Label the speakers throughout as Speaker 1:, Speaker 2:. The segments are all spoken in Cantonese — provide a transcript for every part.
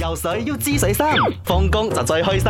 Speaker 1: 游水要知水深，放工就最開心。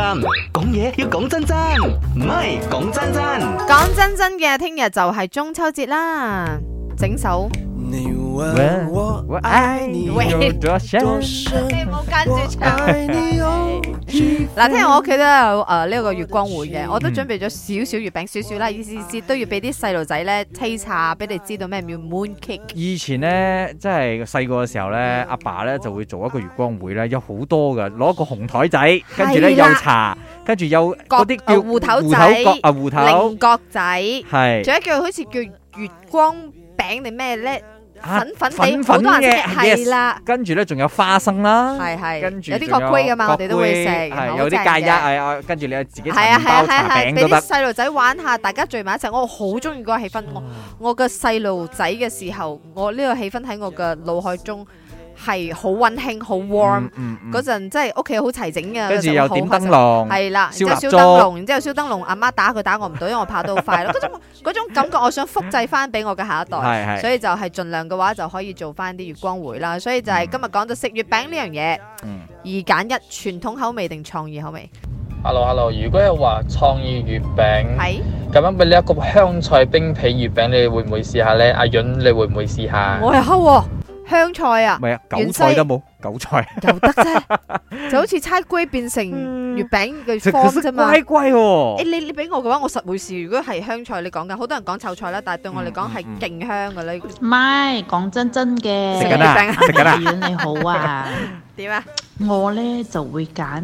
Speaker 1: 講嘢要講真真，唔係講真真。
Speaker 2: 講真真嘅，聽日就係中秋節啦，整首
Speaker 3: 你問我
Speaker 4: 我
Speaker 3: 愛你
Speaker 2: 喂
Speaker 4: 有 多深？
Speaker 3: 多深？
Speaker 2: 冇跟
Speaker 3: 我愛你有幾
Speaker 2: 嗱，聽日我屋企都有誒呢個月光會
Speaker 4: 嗯
Speaker 2: 嘅，我都準備咗少少月餅，少少啦，意思意思都要俾啲細路仔咧 taste 下，俾你知道咩叫 moon cake。
Speaker 4: 以前咧，即係細個嘅時候咧，阿爸咧就會做一個月光會咧，有好多噶，攞個紅台仔，跟住咧
Speaker 2: 係啦
Speaker 4: 有茶，跟住有
Speaker 2: 角
Speaker 4: 嗰啲叫
Speaker 2: 啊芋頭
Speaker 4: 芋
Speaker 2: 仔
Speaker 4: 角啊芋頭
Speaker 2: 菱，角仔，仲
Speaker 4: 係
Speaker 2: 有一個好似叫月光餅定咩咧？
Speaker 4: 啊
Speaker 2: 粉粉地，
Speaker 4: 粉
Speaker 2: 好
Speaker 4: 粉
Speaker 2: 多人
Speaker 4: 嘅
Speaker 2: 食係，
Speaker 4: yes
Speaker 2: 啦，
Speaker 4: 跟住咧仲有花生啦，
Speaker 2: 係係，
Speaker 4: 跟住
Speaker 2: 有啲
Speaker 4: 仲
Speaker 2: 角龜㗎嘛，我哋都會食，
Speaker 4: 角龜係
Speaker 2: 好
Speaker 4: 有
Speaker 2: 正
Speaker 4: 啲芥一
Speaker 2: 嘅
Speaker 4: 係啊，跟住你自己
Speaker 2: 係啊係啊
Speaker 4: 茶包
Speaker 2: 係啊
Speaker 4: 茶
Speaker 2: 係，
Speaker 4: 餅
Speaker 2: 俾
Speaker 4: 都
Speaker 2: 啲
Speaker 4: 得。
Speaker 2: 細路仔玩下，大家聚埋一齊，我好中意嗰個氣氛。
Speaker 4: 嗯
Speaker 2: 我我嘅細路仔嘅時候，我呢個氣氛喺我嘅腦海中係好温馨、好 warm
Speaker 4: 嗯。嗯嗯
Speaker 2: 嗰陣真係屋企好齊整嘅，
Speaker 4: 跟住又點燈
Speaker 2: 籠，
Speaker 4: 籠，
Speaker 2: 係啦，然之後
Speaker 4: 燒蠟
Speaker 2: 燒燈籠，然之後燒燈籠，阿媽打佢打我唔到，因為我跑得好快咯。嗰種 嗰種感覺，我想複製翻俾我嘅下一代。
Speaker 4: 係係
Speaker 2: 所以就係盡量嘅話就可以做翻啲月光會啦，所以就係今日講到食月餅呢樣嘢，
Speaker 4: 嗯
Speaker 2: 二揀一，傳統口味定創意口味，
Speaker 5: Hello Hello，如果有話創意月餅，
Speaker 2: 係。
Speaker 5: 咁樣俾你一個香菜冰皮月餅，你會唔會試下呢？阿潤，你會唔會試下？
Speaker 2: 我又黑喎，香菜啊
Speaker 4: 唔，係啊，
Speaker 2: 芫
Speaker 4: 韭菜
Speaker 2: 茜
Speaker 4: 都冇，韭菜
Speaker 2: 又得 啫，就好似猜龜變成月餅嘅
Speaker 4: 食
Speaker 2: 方
Speaker 4: 食
Speaker 2: 啫嘛。
Speaker 4: 乖乖
Speaker 2: 誒
Speaker 4: 喎，
Speaker 2: 你你俾我嘅話，我實會試。如果係香菜，你講緊好多人講臭菜啦，但係對我嚟講係
Speaker 4: 嗯嗯嗯
Speaker 2: 勁香嘅咧。
Speaker 6: 唔係，講真真嘅，
Speaker 4: 食緊啦
Speaker 2: 食，
Speaker 4: 食緊啦，
Speaker 6: 你好 啊，
Speaker 2: 點啊？
Speaker 6: 我呢就會揀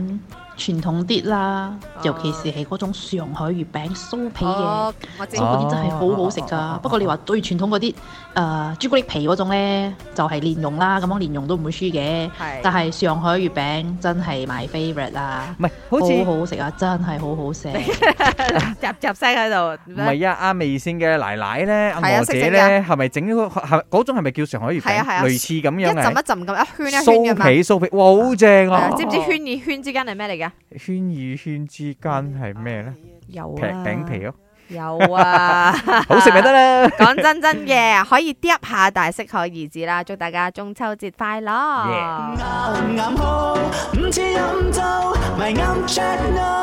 Speaker 6: 傳統啲啦
Speaker 2: 哦，
Speaker 6: 尤其是係嗰種上海月餅酥皮嘅，
Speaker 2: 哦，我知
Speaker 6: 嗰。啲真係好好食
Speaker 4: 哦
Speaker 6: 㗎。不過你話最傳統嗰啲，誒朱古力皮嗰種呢，就係蓮蓉啦，咁樣蓮蓉都唔會輸嘅。但
Speaker 2: 係
Speaker 6: 係上海月餅真係 my favorite 啦，
Speaker 4: 唔係好
Speaker 6: 好
Speaker 4: 似。
Speaker 6: 好食啊，真係好好食。
Speaker 2: 入入聲喺度，
Speaker 4: 唔係啊，阿味線嘅奶奶咧，阿
Speaker 2: 係啊
Speaker 4: 娥
Speaker 2: 識整
Speaker 4: 姐咧，係咪整嗰個係嗰種係咪叫上海月
Speaker 2: 係啊係啊
Speaker 4: 餅？類似咁
Speaker 2: 一
Speaker 4: 樣
Speaker 2: 浸一
Speaker 4: 嘅，
Speaker 2: 浸咁一圈一圈
Speaker 4: 酥
Speaker 2: 嘅嘛。
Speaker 4: 皮酥皮，哇，好正
Speaker 2: 係啊
Speaker 4: 啊！
Speaker 2: 知唔知圈與圈之間係咩嚟㗎？
Speaker 4: 圈與圈之間係咩咧？
Speaker 2: 有
Speaker 4: 皮
Speaker 2: 啊，
Speaker 4: 餅皮咯，
Speaker 2: 有啊，
Speaker 4: 好食咪得啦！
Speaker 2: 講真真嘅，可以嗒下，但係適可而止啦。祝大家中秋節快樂
Speaker 4: Yeah
Speaker 3: 啱啱好，唔似飲酒，咪啱 check no。